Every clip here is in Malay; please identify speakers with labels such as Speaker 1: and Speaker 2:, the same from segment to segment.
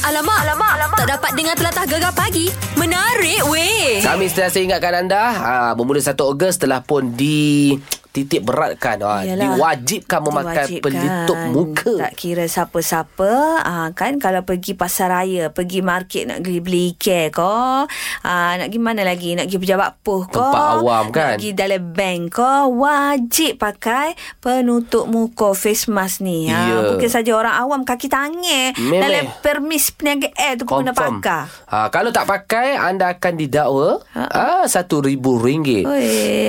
Speaker 1: Alamak, alamak, alamak. Tak dapat dengar telatah gegar pagi. Menarik weh.
Speaker 2: Kami sentiasa ingatkan anda ha, Bermula 1 Ogos telah pun di titik beratkan ha,
Speaker 3: Yalah.
Speaker 2: Diwajibkan memakai
Speaker 3: Diwajibkan.
Speaker 2: pelitup muka
Speaker 3: Tak kira siapa-siapa ah, Kan kalau pergi pasar raya Pergi market nak beli, beli care ko ah, Nak pergi mana lagi Nak pergi pejabat poh ko
Speaker 2: Tempat awam,
Speaker 3: Nak
Speaker 2: kan?
Speaker 3: pergi dalam bank ko Wajib pakai penutup muka Face mask ni Ah,
Speaker 2: Ya.
Speaker 3: Bukan saja orang awam Kaki tangan
Speaker 2: Memeh.
Speaker 3: Dalam permis peniaga air tu pun kena pakai
Speaker 2: Ha, kalau tak pakai, anda akan didakwa ha, RM1,000.
Speaker 3: Oi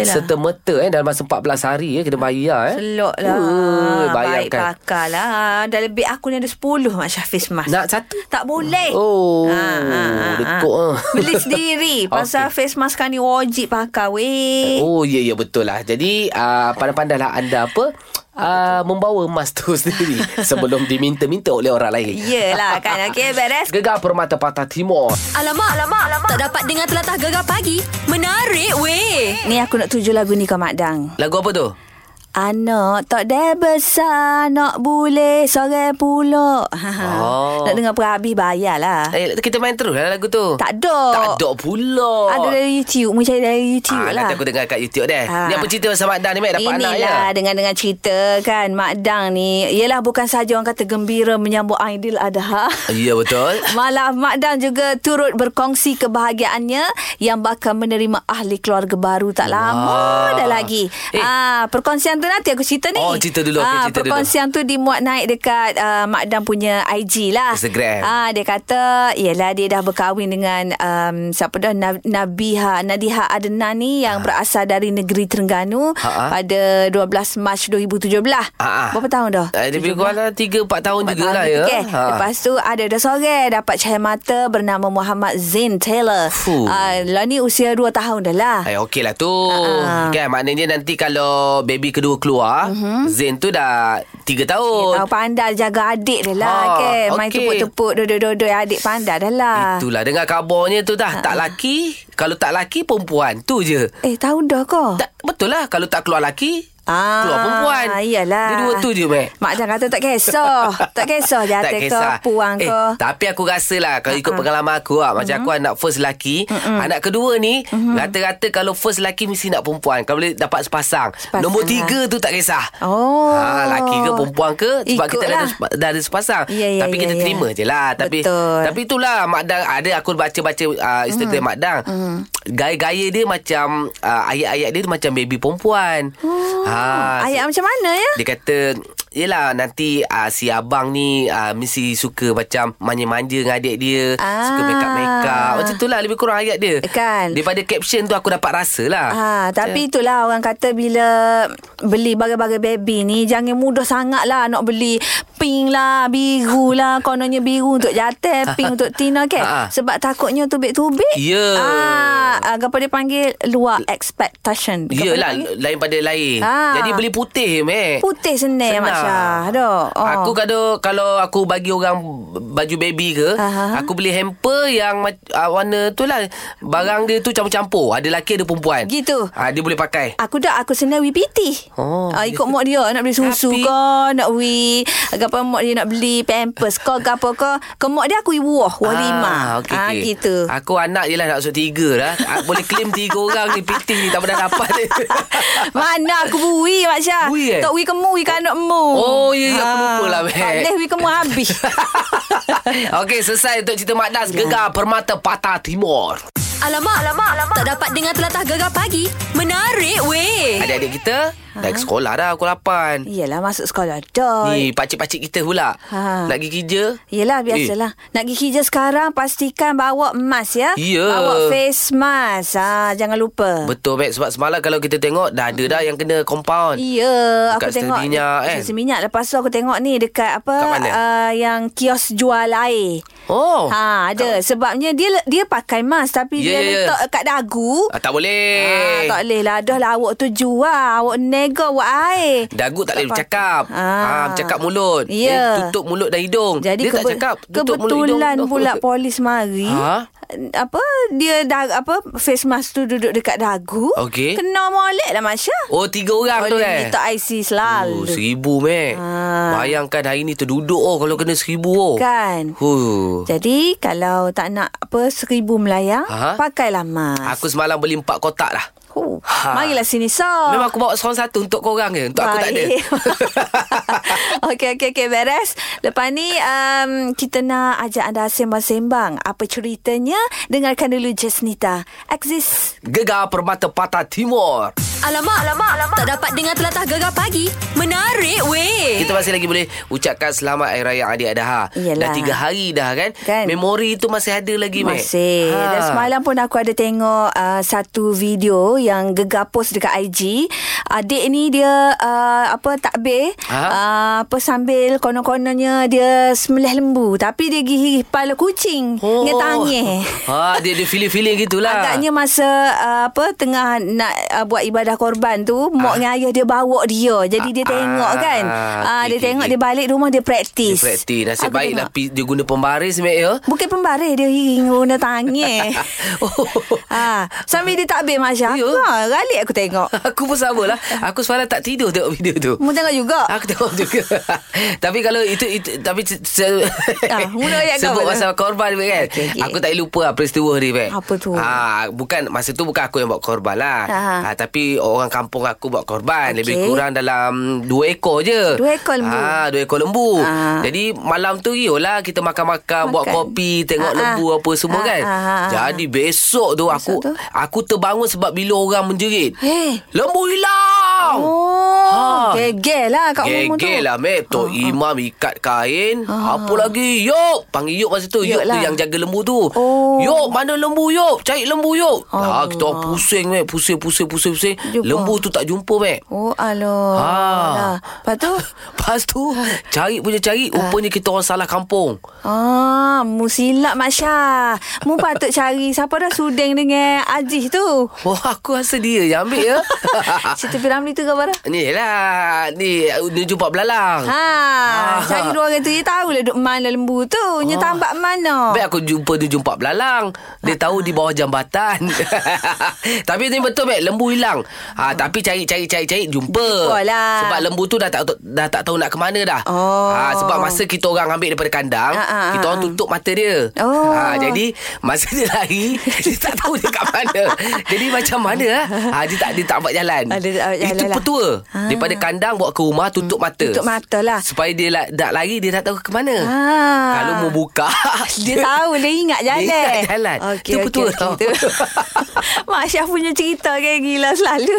Speaker 3: lah.
Speaker 2: Serta merta eh, dalam masa 14 hari eh, kena bayar. Eh.
Speaker 3: Selok lah
Speaker 2: Ui,
Speaker 3: Baik
Speaker 2: bayangkan.
Speaker 3: pakar lah Dah lebih aku ni ada 10 Mak Syah face mask
Speaker 2: Nak satu?
Speaker 3: Tak boleh Ah,
Speaker 2: Oh,
Speaker 3: Ha,
Speaker 2: dekuk ah.
Speaker 3: Beli sendiri Pasal face mask kan ni Wajib pakai weh
Speaker 2: Oh, ya, ya, betul lah. Jadi, uh, pandai-pandailah anda apa... Uh, membawa emas tu sendiri sebelum diminta-minta oleh orang lain.
Speaker 3: Yelah kan Okay beres
Speaker 2: Gegar Permata Patah Timur.
Speaker 1: Alamak, alamak, alamak. Tak dapat dengar telatah gegar pagi. Menarik weh.
Speaker 3: Ni aku nak tuju lagu ni kau Mak Dang
Speaker 2: Lagu apa tu?
Speaker 3: Anak tak dah besar Nak boleh Sore pula
Speaker 2: Oh.
Speaker 3: Nak dengar perabi bayar lah
Speaker 2: Eh, kita main terus lah lagu tu.
Speaker 3: Tak ada
Speaker 2: Tak ada pula.
Speaker 3: Ada dari YouTube Mu cari dari YouTube
Speaker 2: Ah,
Speaker 3: lah
Speaker 2: nanti aku dengar kat YouTube deh.
Speaker 3: Ah. lah.
Speaker 2: Ni apa cerita pasal Mak Dan ni, Mek? Dapat anak ya?
Speaker 3: Inilah dengan-dengan cerita kan Mak Dang ni Yelah bukan sahaja orang kata gembira menyambut Aidil Adha
Speaker 2: Ya, betul.
Speaker 3: Malah Mak Dang juga turut berkongsi kebahagiaannya Yang bakal menerima ahli keluarga baru tak lama
Speaker 2: Wah.
Speaker 3: dah lagi
Speaker 2: Eh.
Speaker 3: eh. ah, Perkongsian tu nanti aku cerita ni Ah,
Speaker 2: Oh, cerita dulu. Okey, cerita dulu.
Speaker 3: Perkongsian tu dimuat naik dekat uh, Mak Dang punya IG lah
Speaker 2: Instagram.
Speaker 3: ah, Dia kata Yelah dia dah berkahwin dengan um, Siapa dah Nab- Nabiha Nadiha Adnan ni
Speaker 2: Ah.
Speaker 3: Yang berasal dari negeri Terengganu
Speaker 2: Ha, ha.
Speaker 3: Pada 12 Mac 2017
Speaker 2: Ah, ah.
Speaker 3: Berapa tahun dah?
Speaker 2: Eh, lebih kurang lah 3-4 tahun
Speaker 3: Empat
Speaker 2: juga
Speaker 3: tahun
Speaker 2: lah
Speaker 3: gitu,
Speaker 2: ya.
Speaker 3: kan? Lepas tu ada dah sore dapat cahaya mata bernama Muhammad Zain Taylor.
Speaker 2: Fuh.
Speaker 3: Uh, lah ni usia 2 tahun dah lah.
Speaker 2: Eh, okey lah tu.
Speaker 3: Ah. Mhm.
Speaker 2: Kan, maknanya nanti kalau baby kedua keluar, Zain tu dah 3 tahun.
Speaker 3: Tahu pandai jaga adik dah lah
Speaker 2: Ah,
Speaker 3: ha, kan. Main
Speaker 2: okey.
Speaker 3: tepuk-tepuk dodoi-dodoi adik pandai dah lah.
Speaker 2: Itulah, dengar kabarnya tu dah. Tak
Speaker 3: Ah.
Speaker 2: laki, kalau tak laki, perempuan. Tu je.
Speaker 3: Eh tahu dah kau?
Speaker 2: Tak, betul lah, kalau tak keluar laki,
Speaker 3: Ah,
Speaker 2: keluar perempuan.
Speaker 3: Iyalah.
Speaker 2: Dia dua tu je, Mek.
Speaker 3: Mak Jan kata tak kisah. tak kisah jatuh kau, puang
Speaker 2: eh,
Speaker 3: kau.
Speaker 2: Tapi aku rasa lah Kalau ikut pengalaman aku lah, Macam aku
Speaker 3: Mm-hmm.
Speaker 2: anak first lelaki Anak kedua ni Rata-rata kalau first lelaki Mesti nak perempuan Kalau boleh dapat sepasang,
Speaker 3: Sepasang
Speaker 2: Nombor
Speaker 3: lah.
Speaker 2: tiga tu tak kisah
Speaker 3: Oh.
Speaker 2: ha, Laki ke perempuan ke Sebab kita dah ada,
Speaker 3: Ikutlah.
Speaker 2: sepa- dah ada sepasang
Speaker 3: Ya, ya,
Speaker 2: Tapi
Speaker 3: ya,
Speaker 2: kita
Speaker 3: ya.
Speaker 2: terima je lah Tapi
Speaker 3: Betul. Mm-hmm.
Speaker 2: Tapi itulah Mak Dang Ada aku baca-baca uh, Instagram Mak Dang Gaya-gaya dia macam uh, Ayat-ayat dia tu macam baby perempuan oh. ha,
Speaker 3: Ayat macam mana ya?
Speaker 2: dia kata Yelah nanti uh, si abang ni uh, Mesti suka macam Manja-manja dengan adik dia ah.
Speaker 3: Ah.
Speaker 2: Suka make up-make up Macam tu lah lebih kurang ayat dia
Speaker 3: Kan.
Speaker 2: Daripada caption tu aku dapat rasa lah
Speaker 3: Ha, tapi itulah orang kata bila beli barang-barang baby ni jangan mudah sangat lah nak beli pink lah, biru lah, kononnya biru untuk jantan, pink untuk tina kan.
Speaker 2: Ha, ha.
Speaker 3: Sebab takutnya tubik-tubik.
Speaker 2: Ya.
Speaker 3: Ah, ah, apa dia panggil luar expectation. Apa dia
Speaker 2: Yelah
Speaker 3: panggil?
Speaker 2: lain pada lain
Speaker 3: Ah.
Speaker 2: Jadi beli putih meh
Speaker 3: Putih senang Mak Syah. Aduh.
Speaker 2: Oh. Aku kadang kalau aku bagi orang baju baby ke,
Speaker 3: Aha.
Speaker 2: aku beli hamper yang mac- ah, warna tu lah. Barang dia tu campur-campur. Ada lelaki, ada perempuan.
Speaker 3: Gitu.
Speaker 2: Ah, dia boleh pakai.
Speaker 3: Aku dah aku senang WPT.
Speaker 2: Oh.
Speaker 3: Oh, uh, ikut mak dia nak beli susu
Speaker 2: Tapi-
Speaker 3: Tapi, ke, nak we apa mak dia nak beli pampers ke ke apa ke. Ke mak dia aku wah, wah lima.
Speaker 2: Ah, okey,
Speaker 3: ah
Speaker 2: okey.
Speaker 3: gitu.
Speaker 2: Aku anak je lah nak masuk tiga lah. Ah, Boleh claim tiga orang ni PT ni tak pernah dapat.
Speaker 3: Mana aku bui Mak Syah
Speaker 2: Bui, eh?
Speaker 3: Tak bui kemu Bui kan anak mu
Speaker 2: Oh, ya, ya, aku lupa lah, Mek.
Speaker 3: Tak boleh bui kemu habis
Speaker 2: Okey, selesai untuk cerita Mak Das.
Speaker 3: Ya.
Speaker 2: Gegar Permata Patah Timur.
Speaker 1: Alamak, alamak, alamak. Tak dapat dengar telatah gegar pagi. Menarik
Speaker 3: Eh.
Speaker 1: weh.
Speaker 2: Adik-adik kita dah
Speaker 3: Ha.
Speaker 2: ke sekolah dah pukul 8.
Speaker 3: Yelah masuk sekolah dah
Speaker 2: Ni pakcik-pakcik kita pula.
Speaker 3: Ha.
Speaker 2: Nak pergi kerja.
Speaker 3: Yelah biasalah eh. Nak pergi kerja sekarang Pastikan bawa emas ya
Speaker 2: Ya.
Speaker 3: Bawa face mask ha, Jangan lupa
Speaker 2: Betul, Mek. Sebab semalam kalau kita tengok, dah ada dah yang kena compound.
Speaker 3: Iya, Ya, aku
Speaker 2: Dekat
Speaker 3: tengok
Speaker 2: stesen minyak, kan?
Speaker 3: Stesen minyak. Lepas tu aku tengok ni dekat apa
Speaker 2: Kat mana?
Speaker 3: Uh, yang kios jual air.
Speaker 2: Oh.
Speaker 3: Ha, ada. Sebabnya dia dia pakai mask tapi dia
Speaker 2: Ya, ya, ya.
Speaker 3: letak kat dagu.
Speaker 2: Ah, tak boleh.
Speaker 3: Ah, tak boleh lah. Dah lah awak tu jual. Awak nego awak air.
Speaker 2: Dagu tak boleh
Speaker 3: Tak
Speaker 2: bercakap.
Speaker 3: patut. Ah.
Speaker 2: Ah. bercakap mulut.
Speaker 3: Ya.
Speaker 2: Dia tutup mulut dan hidung.
Speaker 3: Jadi
Speaker 2: dia tak
Speaker 3: kebe-
Speaker 2: cakap. Tutup mulut hidung.
Speaker 3: kebetulan pula polis mari.
Speaker 2: Ha?
Speaker 3: apa dia dah apa face mask tu duduk dekat dagu.
Speaker 2: Okey.
Speaker 3: Kena molek lah Masya.
Speaker 2: Oh tiga orang tu eh
Speaker 3: Kita IC selalu.
Speaker 2: Oh, seribu meh
Speaker 3: Ah.
Speaker 2: Bayangkan hari ni terduduk oh Kalau kena seribu oh
Speaker 3: Kan.
Speaker 2: Huh.
Speaker 3: Jadi kalau tak nak apa seribu melayang,
Speaker 2: Aha.
Speaker 3: pakailah mask.
Speaker 2: Aku semalam beli empat kotak lah
Speaker 3: Huh.
Speaker 2: Ha.
Speaker 3: Marilah sini sah.
Speaker 2: Memang aku bawa seorang satu Untuk korang je Untuk aku tak ada
Speaker 3: okey, okey, okey. Beres. Lepas ni, um, kita nak ajak anda sembang-sembang. Apa ceritanya? Dengarkan dulu Jasnita. Axis.
Speaker 2: Gegar Permata Patah Timur
Speaker 1: Alamak, alamak, alamak. Tak dapat dengar telatah gegar pagi. Menarik weh.
Speaker 2: Kita masih lagi boleh ucapkan selamat Hari Raya Adi Adha.
Speaker 3: Eh. Iyalah.
Speaker 2: Dah tiga hari dah kan.
Speaker 3: Kan.
Speaker 2: Memori tu masih ada lagi, Ha. Mek.
Speaker 3: Masih. Dan semalam pun aku ada tengok uh, satu video yang gegar post dekat IG. Adik ni dia uh, apa takbir
Speaker 2: Ha?
Speaker 3: uh, apa sambil konon-kononnya dia sembelih lembu tapi dia gigih kepala kucing. Oh. Dia tangih.
Speaker 2: Ha, dia dia feeling-feeling gitulah.
Speaker 3: Agaknya masa uh, apa tengah nak uh, buat ibadah korban tu mak dengan ayah dia bawa dia. Jadi dia
Speaker 2: Ha. Ah,
Speaker 3: tengok kan.
Speaker 2: ah,
Speaker 3: Ah uh, dia
Speaker 2: okey,
Speaker 3: tengok
Speaker 2: okey.
Speaker 3: dia balik rumah dia
Speaker 2: Dia
Speaker 3: praktis.
Speaker 2: praktis. Nasib
Speaker 3: Aku
Speaker 2: baiklah
Speaker 3: tengok.
Speaker 2: pi- dia guna pembaris, Mek ya.
Speaker 3: Bukan pembaris dia hing guna tangan.
Speaker 2: Oh.
Speaker 3: ha, sambil dia takbir Masya.
Speaker 2: Ya.
Speaker 3: Ha, galik aku tengok.
Speaker 2: Aku pun sama lah. Aku semalam tak tidur tengok video tu.
Speaker 3: Mu tengok juga.
Speaker 2: Aku tengok juga Tapi kalau itu, itu Tapi se, se,
Speaker 3: Ah, mula ayat kau
Speaker 2: Sebut
Speaker 3: pula.
Speaker 2: pasal korban Beb, kan
Speaker 3: Okey, okey.
Speaker 2: Aku tak boleh lupa lah Peristiwa ni Beb.
Speaker 3: Apa tu?
Speaker 2: ha, Bukan Masa tu bukan aku yang buat korban lah
Speaker 3: Ha, ha.
Speaker 2: ha, Tapi orang kampung aku buat korban
Speaker 3: Okey.
Speaker 2: Lebih kurang dalam Dua ekor je
Speaker 3: Dua ekor lembu.
Speaker 2: ha, Dua ekor lembu
Speaker 3: Ah.
Speaker 2: Jadi malam tu Yolah kita makan-makan Buat
Speaker 3: Makan.
Speaker 2: kopi Tengok
Speaker 3: Ah, ah.
Speaker 2: lembu apa
Speaker 3: Ah,
Speaker 2: semua kan
Speaker 3: ah, ah, ah.
Speaker 2: Jadi besok tu Aku
Speaker 3: tu?
Speaker 2: aku terbangun sebab bila orang menjerit
Speaker 3: Hei.
Speaker 2: Lembu hilang
Speaker 3: Oh,
Speaker 2: Ha.
Speaker 3: gegel lah kat umur tu. Ha,
Speaker 2: Gegel lah Mek Tok Imam ikat kain Apa lagi Yop Panggil Yop masa tu
Speaker 3: Yop
Speaker 2: Yop tu
Speaker 3: lah.
Speaker 2: yang jaga lembu tu
Speaker 3: Oh.
Speaker 2: Yop mana lembu Yop Cari lembu Yop
Speaker 3: Allah.
Speaker 2: Ha, Kita orang pusing Mek Pusing pusing pusing pusing
Speaker 3: Jumpa.
Speaker 2: Lembu tu tak jumpa Mek
Speaker 3: Oh, aloh.
Speaker 2: Ha.
Speaker 3: Alah. Lepas tu,
Speaker 2: Lepas tu
Speaker 3: Ha.
Speaker 2: Cari punya cari Rupanya kita orang salah kampung
Speaker 3: Ah, mu silap Masya. Mu patut cari siapa dah sudeng dengan Aziz tu.
Speaker 2: Wah aku rasa dia yang ambil ya
Speaker 3: Cerita Piramli tu khabar dah.
Speaker 2: Ni lah Ni Dia jumpa belalang
Speaker 3: Ha,
Speaker 2: Ah.
Speaker 3: cari dua orang tu dia tahu lah duk mana lembu tu. Nya tambak mana.
Speaker 2: Baik aku jumpa dia jumpa belalang. Dia tahu di bawah jambatan. tapi ni betul baik lembu hilang.
Speaker 3: Hmm.
Speaker 2: Ha, tapi cari cari cari cari jumpa.
Speaker 3: Jumpalah.
Speaker 2: Sebab lembu tu dah tak dah tak tahu nak ke mana
Speaker 3: lah.
Speaker 2: dah.
Speaker 3: Oh.
Speaker 2: Ha, sebab masa kita orang ambil daripada kandang,
Speaker 3: Ah, ah,
Speaker 2: kita
Speaker 3: ah,
Speaker 2: orang
Speaker 3: ah.
Speaker 2: tutup mata dia.
Speaker 3: Oh.
Speaker 2: Ha, jadi masa dia lari, dia tak tahu dia kat mana. jadi macam mana ah? Ha, dia tak dia tak buat jalan.
Speaker 3: Ah, dia tak buat jalan
Speaker 2: Itu
Speaker 3: lah.
Speaker 2: petua.
Speaker 3: Ah.
Speaker 2: Daripada kandang bawa ke rumah tutup mata.
Speaker 3: tutup mata lah.
Speaker 2: Supaya dia la- tak lari dia tak tahu ke mana.
Speaker 3: Ah.
Speaker 2: Kalau mau buka
Speaker 3: Dia tahu dia ingat jalan.
Speaker 2: Dia ingat jalan.
Speaker 3: Okey,
Speaker 2: Tu
Speaker 3: okey,
Speaker 2: betul tau.
Speaker 3: okey, tu. Mak Syah punya cerita kan gila selalu.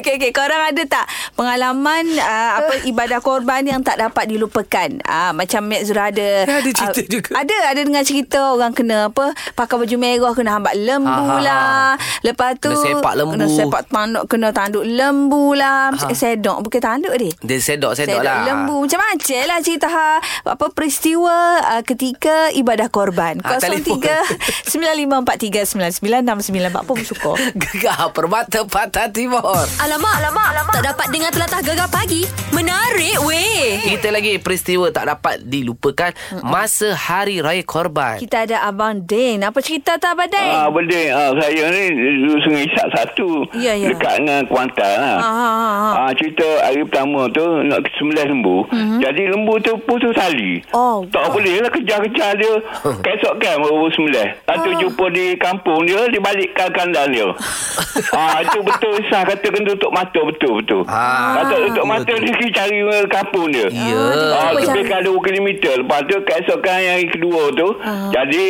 Speaker 3: okey okey korang ada tak pengalaman uh, apa ibadah korban yang tak dapat dilupakan? Ah uh, macam Mek Zura ada
Speaker 2: Ada cerita
Speaker 3: ah,
Speaker 2: juga.
Speaker 3: Ada ada dengar cerita orang kena apa pakai baju merah kena hambat lembu
Speaker 2: Ha, ha, ha.
Speaker 3: lah. Lepas tu
Speaker 2: Kena sepak lembu.
Speaker 3: Kena sepak tanduk kena tanduk lembu lah.
Speaker 2: Ha.
Speaker 3: Sedok bukan tanduk dia.
Speaker 2: Dia sedok-sedok
Speaker 3: Sedok
Speaker 2: lah
Speaker 3: lembu Macam macam lah cerita ha, Apa peristiwa uh, ketika ibadah korban
Speaker 2: Ah, telefon.
Speaker 3: 03 9543 9969 Pak pun suka
Speaker 2: Gegar Permata Patah Timur
Speaker 1: Alamak, alamak, alamak. Tak dapat dengar telatah gegar pagi. Menarik weh.
Speaker 2: Kita lagi peristiwa tak dapat dilupakan Masa Hari Raya Korban
Speaker 3: Kita ada Abang Din Apa cerita tu Abang Din?
Speaker 4: Ah, boleh. Ah, saya ni dulu Sungai Isak satu.
Speaker 3: Ya, ya.
Speaker 4: Dekat dengan Kuantan lah.
Speaker 3: Ah, ah, ah, ah.
Speaker 4: Ah, cerita hari pertama tu nak sembelih lembu. Jadi lembu tu putus tali.
Speaker 3: Mhm. Oh.
Speaker 4: Tak boleh lah kejar-kejar dia. Kesok kan baru sembelih. Lepas tu
Speaker 3: Ah.
Speaker 4: jumpa di kampung dia, dia balik ke kandang dia. ah, itu betul Isah kata kena tutup mata betul-betul.
Speaker 2: Ah.
Speaker 4: Kata tutup mata dia pergi cari eh, kampung dia.
Speaker 2: Ya.
Speaker 4: Ah,
Speaker 3: Apa
Speaker 4: lebih
Speaker 3: cara?
Speaker 4: kalau kilometer. Lepas tu keesokan yang kedua tu. Jadi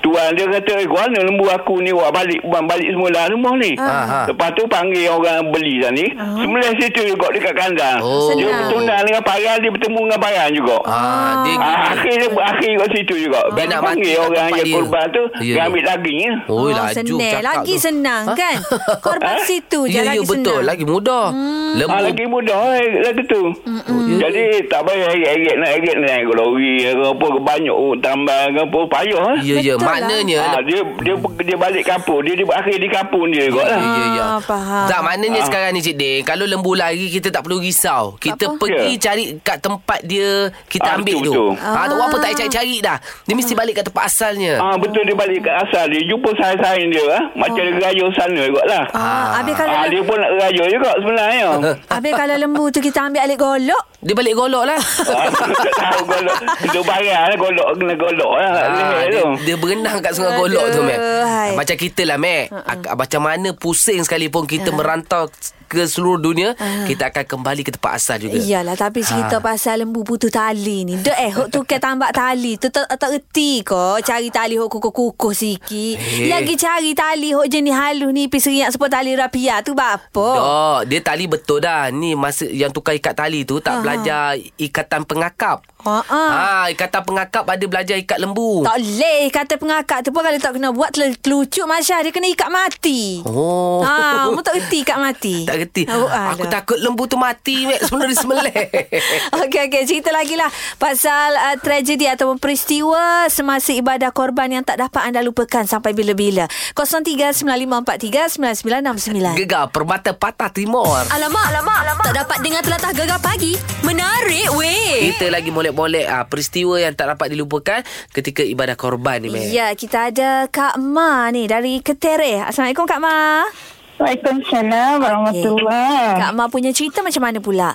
Speaker 4: tuan dia kata, eh mana lembu aku ni awak balik buang balik semula rumah ni.
Speaker 2: Ah.
Speaker 4: Lepas tu panggil orang beli lah ni. Sembelih situ juga dekat kandang.
Speaker 2: Oh.
Speaker 4: Dia
Speaker 3: Senang.
Speaker 4: bertunang dengan parang, dia bertemu dengan parang juga.
Speaker 2: Ah, dia
Speaker 4: Ah, akhirnya berakhir kat situ juga.
Speaker 2: Dia nak
Speaker 4: Dia
Speaker 2: mati
Speaker 4: panggil
Speaker 2: kat
Speaker 4: orang
Speaker 2: tempat
Speaker 4: yang
Speaker 2: dia.
Speaker 4: korban tu,
Speaker 2: Ya,
Speaker 4: dia
Speaker 2: ya.
Speaker 4: ambil dagingnya.
Speaker 2: Oi, laju
Speaker 3: Ah, senang.
Speaker 2: cakap
Speaker 3: Lagi
Speaker 2: tu.
Speaker 3: senang
Speaker 2: Ha?
Speaker 3: kan Korban situ je
Speaker 2: Ya, ya
Speaker 3: lagi
Speaker 2: betul
Speaker 3: senang
Speaker 2: lagi muda. Hmm.
Speaker 4: Ah,
Speaker 2: Lembu.
Speaker 4: lagi mudah eh, lagu tu.
Speaker 2: Oh,
Speaker 4: Mm-mm.
Speaker 2: ya.
Speaker 4: Jadi tak payah erik-erik nak erik naik lori ke apa ke banyak oh, tambah ke apa payah eh.
Speaker 2: Ya, ya.
Speaker 3: Betul lah.
Speaker 2: Maknanya...
Speaker 4: Ah, dia dia dia balik kampung, dia dia akhir di kampung dia kot lah.
Speaker 2: Ya, ya.
Speaker 3: Ah, faham.
Speaker 2: Tak, maknanya
Speaker 4: Ah.
Speaker 2: sekarang ni Cik Din, kalau lembu lari kita tak perlu risau. Kita
Speaker 3: Apa?
Speaker 2: pergi
Speaker 4: Ya.
Speaker 2: cari kat tempat dia, kita
Speaker 4: Ah,
Speaker 2: ambil
Speaker 4: betul,
Speaker 2: tu.
Speaker 4: betul.
Speaker 2: Ha, ah. orang pun tak payah cari-cari dah. Dia mesti balik kat tempat asalnya.
Speaker 4: Ah betul dia balik ke asal dia jumpa saing-saing dia ah macam dia raya sana kot lah.
Speaker 3: Ah, habis kalau
Speaker 4: Ah dia pun nak raya juga sebenarnya.
Speaker 3: habis kalau lembu tu kita ambil alik golok.
Speaker 2: Dia balik golok lah.
Speaker 4: Ah, tak tahu golok Kena barang lah Golok kena golok lah
Speaker 2: Ah,
Speaker 4: Leher
Speaker 2: dia,
Speaker 4: tu
Speaker 2: dia berenang kat sungai golok tu, Mac.
Speaker 3: Aduhai.
Speaker 2: Macam kita lah, Mac.
Speaker 3: Ah,
Speaker 2: Uh-uh. Macam mana pusing sekalipun kita uh. merantau ke seluruh dunia, uh. kita akan kembali ke tempat asal juga.
Speaker 3: Ah. Iyalah tapi
Speaker 2: Ah.
Speaker 3: cerita ha. pasal lembu putus tali ni. Dek eh hok tu ke tambak tali. Tu tak tak reti ko cari tali hok kukuh-kukuh sikit.
Speaker 2: Eh.
Speaker 3: Lagi cari tali hok jenis halus ni pis riak sepo tali rapia tu bapo.
Speaker 2: Oh, dia tali betul dah. Ni masa yang tukar ikat tali tu
Speaker 3: Ah,
Speaker 2: tak belajar ikatan pengakap.
Speaker 3: Ha ah.
Speaker 2: Ha, ikatan pengakap ada belajar ikat lembu.
Speaker 3: Tak leh kata pengakak tu pun kalau tak kena buat tel- telucuk Masya dia kena ikat mati.
Speaker 2: Oh.
Speaker 3: Ha, mu tak reti ikat mati.
Speaker 2: Tak reti.
Speaker 3: Oh,
Speaker 2: Aku
Speaker 3: alah.
Speaker 2: takut lembu tu mati, Mek, sebelum dia semelih.
Speaker 3: Okey okey cerita lagi lah pasal uh, tragedi ataupun peristiwa semasa ibadah korban yang tak dapat anda lupakan sampai bila-bila. 0395439969.
Speaker 2: Gegar Permata Patah
Speaker 3: Eh.
Speaker 2: Timur.
Speaker 1: Alamak, alamak, alamak. Tak dapat dengar telatah gegar pagi. Menarik weh.
Speaker 2: Kita lagi molek-molek ah, peristiwa yang tak dapat dilupakan ketika ibadah korban ni, Mek.
Speaker 3: Ya, kita ada Kak Ma ni dari Ketereh. Assalamualaikum Kak Ma.
Speaker 5: Waalaikumsalam
Speaker 3: Okey.
Speaker 5: warahmatullahi
Speaker 3: Kak Ma punya cerita macam mana pula?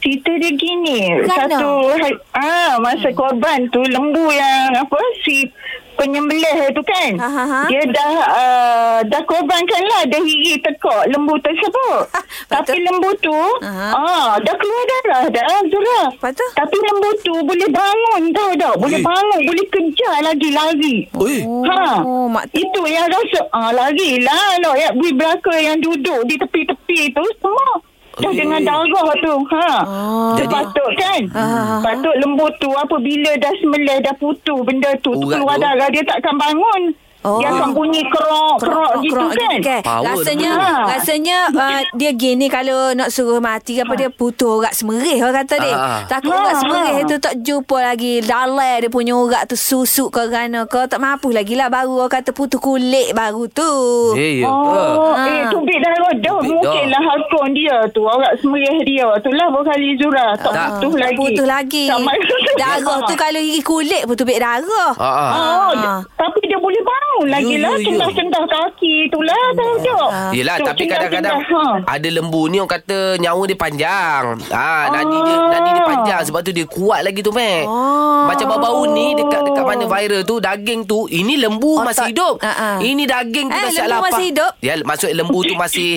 Speaker 5: Cerita dia gini
Speaker 3: Kerana?
Speaker 5: Satu hari- ah, Masa
Speaker 3: Hmm.
Speaker 5: korban tu Lembu yang apa Si penyembelih tu kan
Speaker 3: Ha, ha, ha.
Speaker 5: Dia dah uh, Dah korbankan lah Dah hiri tekok Lembu tersebut Tapi
Speaker 3: Betul.
Speaker 5: lembu tu
Speaker 3: Ha.
Speaker 5: ah, Dah keluar darah dah Zura
Speaker 3: Lepas tu?
Speaker 5: Tapi lembu tu Boleh bangun tau tak Boleh
Speaker 2: Eh.
Speaker 5: bangun Boleh kejar lagi lari
Speaker 2: Oi.
Speaker 5: Ha.
Speaker 3: Oh, mak tu.
Speaker 5: Itu yang rasa ah lari lah no, ya, bui belaka yang duduk di tepi-tepi tu semua dah
Speaker 2: Eh.
Speaker 5: dengan darah tu. Ha.
Speaker 3: Oh.
Speaker 5: Dia
Speaker 2: Jadi-
Speaker 5: patut kan?
Speaker 3: Ah.
Speaker 5: Patut lembu tu apabila dah semelih dah putus benda tu, tu
Speaker 2: Urat
Speaker 5: keluar
Speaker 2: tu.
Speaker 5: darah dia tak akan bangun.
Speaker 3: Oh.
Speaker 5: Dia akan bunyi kerok-kerok gitu kan?
Speaker 2: Power
Speaker 3: rasanya
Speaker 5: tu.
Speaker 3: ha. rasanya uh, dia gini kalau nak suruh mati ke
Speaker 5: Ha.
Speaker 3: apa dia putus urat semerih orang kata dia.
Speaker 2: Ah.
Speaker 3: Takut
Speaker 5: Ah.
Speaker 3: urat semerih tu tak jumpa lagi dalai dia punya urat tu susuk ke kerana kau tak mampu lagi lah baru orang kata putus kulit baru tu.
Speaker 2: Eh, ya.
Speaker 5: Oh,
Speaker 3: Ha.
Speaker 5: eh tubik dah rodoh.
Speaker 2: Tubik
Speaker 5: Mungkinlah hakun dia tu. Orang semerih dia tu lah berkali Zura. Tak
Speaker 2: Tak.
Speaker 5: putus
Speaker 3: Ah. Tak
Speaker 5: lagi.
Speaker 3: putus lagi.
Speaker 5: Tak maksud.
Speaker 3: Darah tu kalau gigi kulit pun tubik darah.
Speaker 2: Ah, ah.
Speaker 5: Oh,
Speaker 3: Ah.
Speaker 5: tapi dia boleh bangun lagi
Speaker 2: Ya,
Speaker 5: lah.
Speaker 2: ya, ya.
Speaker 5: Sendah-sendah kaki tu lah. Tahu tak?
Speaker 3: Ah,
Speaker 2: Yelah
Speaker 5: Tu,
Speaker 2: tapi
Speaker 5: sendah-sendah,
Speaker 2: kadang-kadang
Speaker 5: ha.
Speaker 2: Ada lembu ni orang kata Nyawa dia panjang ha, Nadi dia
Speaker 5: Ah.
Speaker 2: nadi dia panjang Sebab tu dia kuat lagi tu Mac
Speaker 3: Ah.
Speaker 2: Macam bau-bau ni Dekat dekat mana viral tu Daging tu Ini lembu
Speaker 3: Otot.
Speaker 2: masih hidup
Speaker 3: Ah, ah.
Speaker 2: Ini daging tu
Speaker 3: Eh,
Speaker 2: dah siap
Speaker 3: lembu
Speaker 2: lapar
Speaker 3: masih hidup?
Speaker 2: ya, Maksud lembu tu masih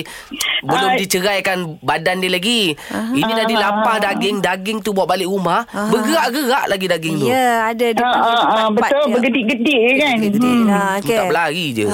Speaker 2: Belum
Speaker 5: Ah.
Speaker 2: diceraikan badan dia lagi
Speaker 3: Ah.
Speaker 2: Ini dah dilapar daging Daging tu bawa balik rumah Bergerak-gerak lagi daging tu
Speaker 3: Ya, ada dia
Speaker 5: Ha,
Speaker 3: punya
Speaker 5: ha, ha,
Speaker 3: tempat-tempat
Speaker 5: betul,
Speaker 3: dia.
Speaker 5: bergedik-gedik kan.
Speaker 2: Hmm.
Speaker 3: Gede lah,
Speaker 2: Okay.
Speaker 3: okay.
Speaker 2: Tak berlari je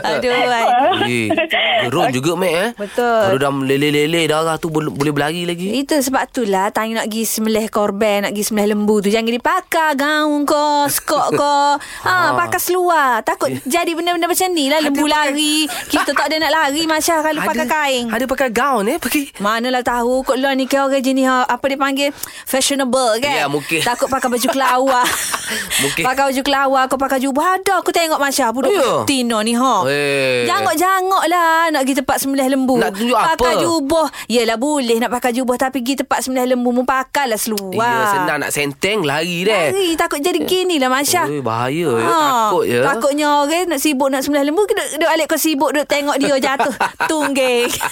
Speaker 3: Aduh, ai.
Speaker 5: Hmm.
Speaker 2: Eh, gerun juga, Mac eh.
Speaker 3: Betul.
Speaker 2: Kalau dah meleleh-leleh darah tu bol- boleh berlari lagi.
Speaker 3: Itu sebab tu lah Tanya nak pergi semelih korban Nak pergi semelih lembu tu Jangan dipakai Gaun kau Skok kau ha, Pakai seluar Takut jadi benda-benda macam ni lah Lembu lari Kita tak ada nak lari Masya kalau pakai kain
Speaker 2: Ada pakai gaun eh, pakai.
Speaker 3: Manalah tahu Kot lah ni ke orang jenis ha, Apa dia panggil Fashionable kan
Speaker 2: Ya, mungkin.
Speaker 3: Takut pakai baju kelawar
Speaker 2: Mungkin.
Speaker 3: Pakai baju kelawar Kau pakai jubah Ada aku tengok Masya Budak
Speaker 2: Ya.
Speaker 3: yeah. Tino ni ha
Speaker 2: Eh.
Speaker 3: Jangok-jangok lah Nak pergi tempat sembelih lembu
Speaker 2: Nak tunjuk
Speaker 3: Pakai
Speaker 2: apa?
Speaker 3: jubah Yelah boleh nak pakai jubah Tapi pergi tempat sembelih lembu Mu pakailah seluar
Speaker 2: Ya, senang nak senteng lari deh.
Speaker 3: Lari Ha. takut jadi gini lah Masya
Speaker 2: Ui, bahaya ya, takut ya.
Speaker 3: Takutnya orang nak sibuk nak sembelih lembu Duduk, duduk alik kau sibuk Duduk tengok dia jatuh Tunggeng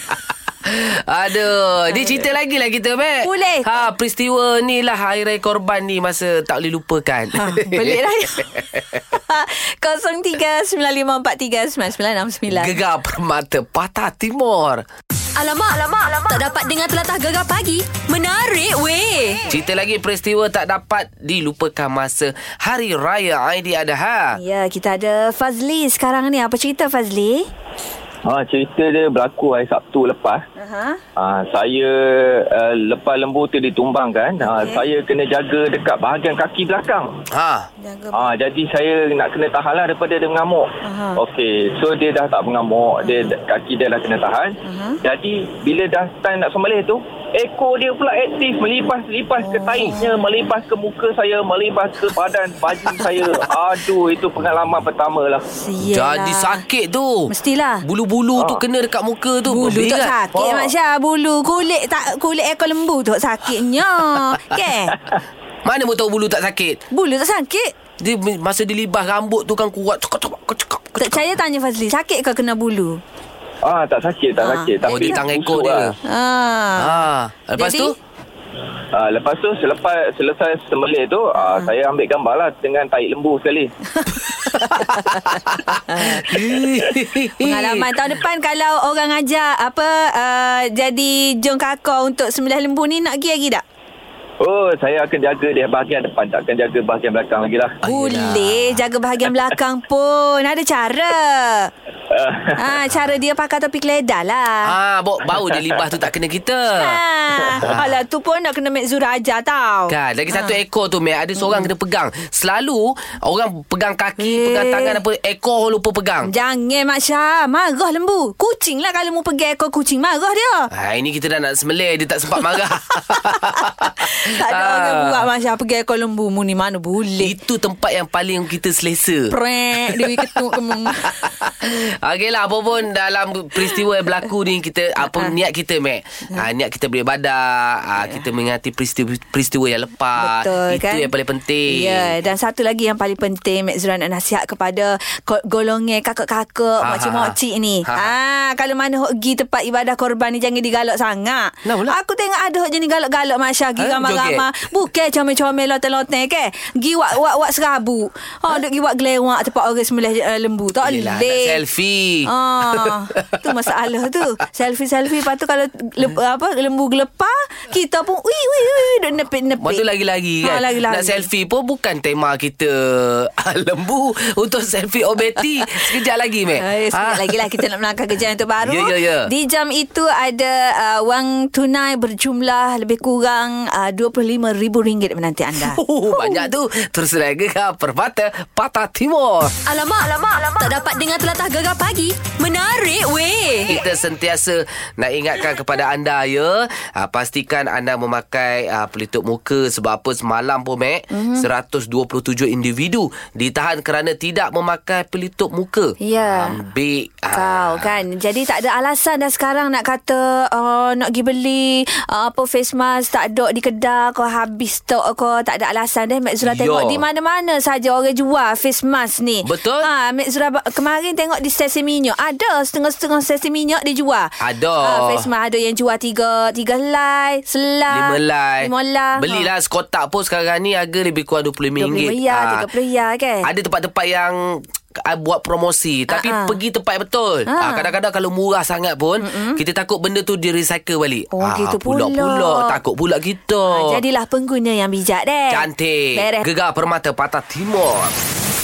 Speaker 2: Aduh, dia cerita lagi lah kita, Mac.
Speaker 3: Boleh.
Speaker 2: Ha, peristiwa ni lah hari raya korban ni masa tak boleh lupakan.
Speaker 3: Ah, Pelik lah ya. 0395439969.
Speaker 2: Gegar Permata Patah Timur.
Speaker 1: Alamak, alamak, alamak. Tak dapat dengar telatah gegar pagi. Menarik weh.
Speaker 2: Cerita lagi peristiwa tak dapat dilupakan masa Hari Raya Aidiladha.
Speaker 3: Ya, kita ada Fazli sekarang ni. Apa cerita Fazli?
Speaker 6: Ha, cerita dia berlaku hari Sabtu lepas.
Speaker 3: Aha.
Speaker 6: Ha, saya uh, lepas lembu tu ditumbangkan. Ha, okay. Saya kena jaga dekat bahagian kaki belakang.
Speaker 2: Ha.
Speaker 3: Jaga.
Speaker 6: Ah, jadi saya nak kena tahan lah daripada dia mengamuk.
Speaker 3: Aha.
Speaker 6: Okey, so dia dah tak mengamuk, dia kaki dia dah kena tahan. Jadi bila dah time nak sembelih tu, ekor dia pula aktif melipas-lipas
Speaker 3: Oh.
Speaker 6: ke taiknya, melipas ke muka saya, melipas ke badan baju saya. Aduh, itu pengalaman pertama lah.
Speaker 3: Yelah.
Speaker 2: Jadi sakit tu.
Speaker 3: Mestilah.
Speaker 2: Bulu-bulu tu
Speaker 6: Ah.
Speaker 2: kena dekat muka tu.
Speaker 3: Bulu tak
Speaker 2: Berat.
Speaker 3: sakit oh. Mak Syah Bulu kulit tak kulit ekor lembu tu sakitnya Ke?
Speaker 2: Mana mu tahu bulu tak sakit?
Speaker 3: Bulu tak sakit
Speaker 2: Dia masa dilibas rambut tu kan kuat. Cekak, cekak, cekak, cekak.
Speaker 3: Tak percaya tanya Fazli Sakit ke kena bulu?
Speaker 6: Ah, tak sakit, tak
Speaker 3: Ah.
Speaker 6: sakit.
Speaker 2: Oh, di tangan ekor
Speaker 6: busuk
Speaker 2: dia.
Speaker 6: lah.
Speaker 3: Ah.
Speaker 2: Ha. Lepas
Speaker 3: Jadi?
Speaker 2: tu?
Speaker 6: Ah, lepas tu selepas selesai sembelih tu, ah, saya ambil gambar lah dengan taik lembu sekali.
Speaker 2: Eh.
Speaker 3: Pengalaman tahun depan kalau orang ajak apa uh, jadi jong kakao untuk sembelih lembu ni nak pergi lagi tak?
Speaker 6: Oh, saya akan jaga dia bahagian depan. Tak akan jaga bahagian belakang lagi lah.
Speaker 2: Ah,
Speaker 3: Boleh jaga bahagian belakang pun ada cara. ah cara dia pakai topi keledar lah.
Speaker 2: Ah, bau bau dia libas tu tak kena kita.
Speaker 3: Ah. Alah tu pun nak kena make Zura ajar tau. Ah.
Speaker 2: Kan Lagi satu ekor tu Mek Ada seorang
Speaker 3: Hmm.
Speaker 2: kena pegang Selalu Orang pegang kaki
Speaker 3: Eh.
Speaker 2: Pegang tangan apa Ekor lupa pegang
Speaker 3: Jangan Mak Syah Marah lembu Kucing lah kalau mu pergi ekor kucing Marah dia
Speaker 2: Ha, ini kita dah nak sembelih Dia tak sempat marah
Speaker 3: Tak ada orang
Speaker 2: Ah.
Speaker 3: buat Mak Syah pergi ekor lembu Mu ni mana boleh
Speaker 2: Itu tempat yang paling kita selesa
Speaker 3: Prek Dewi ketuk kemung Hmm.
Speaker 2: Okeylah lah, apa pun dalam peristiwa yang berlaku ni kita
Speaker 3: Ah,
Speaker 2: apa niat kita Mek.
Speaker 3: Hmm.
Speaker 2: Ha, niat kita beribadah, ha, kita mengingati peristiwa peristiwa yang lepas.
Speaker 3: Betul
Speaker 2: Itu
Speaker 3: kan
Speaker 2: yang paling penting.
Speaker 3: Ya Dan satu lagi yang paling penting Mek Zuran nak nasihat kepada ko- Golongan kakak-kakak
Speaker 2: Ha,
Speaker 3: Makcik-makcik
Speaker 2: ha, ha.
Speaker 3: ni
Speaker 2: Ha,
Speaker 3: ha, Kalau mana hok pergi tempat ibadah korban ni Jangan digalak sangat
Speaker 2: Nah, pula.
Speaker 3: Aku tengok ada hok jenis galak-galak Mak Syah Pergi
Speaker 2: Ha,
Speaker 3: ramai-ramai Bukan comel-comel lotel-lotel ke Pergi wak-wak serabu ha, Duk pergi wak gelewak Tempat orang sembelih uh, lembu Tak boleh
Speaker 2: Yelah, nak selfie.
Speaker 3: Ah, tu masalah tu. Selfie-selfie lepas tu kalau le, apa lembu gelepar, kita pun ui ui ui duk nepit-nepit.
Speaker 2: Waktu lagi-lagi kan
Speaker 3: Ha, lagi-lagi.
Speaker 2: Nak selfie pun Bukan tema kita Ah, Lembu Untuk selfie obeti Sekejap lagi Mek
Speaker 3: Eh,
Speaker 2: Ah.
Speaker 3: sekejap lagi lah kita nak melangkah kerjaan tu baru.
Speaker 2: Ya, ya, ya.
Speaker 3: Di jam itu ada uh, wang tunai berjumlah lebih kurang uh, RM25,000 menanti anda.
Speaker 2: Oh, banyak tu Terus rega Permata Patah Timur
Speaker 1: Alamak, alamak, alamak. Tak dapat dengar telatah gegar pagi. Menarik weh.
Speaker 2: kita sentiasa nak ingatkan kepada anda ya ha, pastikan anda memakai ha, pelitup muka sebab apa semalam pun Mek
Speaker 3: Mhm.
Speaker 2: mm-hmm. 127 individu ditahan kerana tidak memakai pelitup muka
Speaker 3: Ya.
Speaker 2: ambil ah,
Speaker 3: Kau kan Jadi tak ada alasan dah sekarang Nak kata uh, Nak pergi beli uh, Apa face mask Tak ada di kedai Kau habis stok kau Tak ada alasan deh Mek Zura
Speaker 2: Ya.
Speaker 3: tengok Di mana-mana saja Orang jual face mask ni
Speaker 2: Betul.
Speaker 3: ha, Mek Zura ba- kemarin tengok Di stesen minyak Ada setengah-setengah stesen minyak Dia jual
Speaker 2: Ada.
Speaker 3: ha, Face mask ada yang jual Tiga Tiga helai Selai
Speaker 2: Lima lai
Speaker 3: Lima lah. Ah, Ha. lai
Speaker 2: Belilah sekotak pun sekarang ni Harga lebih kurang RM25
Speaker 3: RM20 ya, RM30 kan?
Speaker 2: Ada tempat-tempat yang ah, buat promosi
Speaker 3: Ah, ah.
Speaker 2: tapi uh-huh. pergi tempat yang betul.
Speaker 3: Ah.
Speaker 2: Ah. kadang-kadang kalau murah sangat pun mm-hmm. kita takut benda tu di recycle balik.
Speaker 3: Oh, gitu pula.
Speaker 2: pula takut pula kita.
Speaker 3: ha, Jadilah pengguna yang bijak deh
Speaker 2: Cantik.
Speaker 3: Beres
Speaker 2: Gegar Permata Patah Timur.